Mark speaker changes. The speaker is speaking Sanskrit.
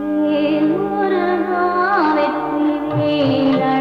Speaker 1: வேல் முருகா வெற்றி வேலா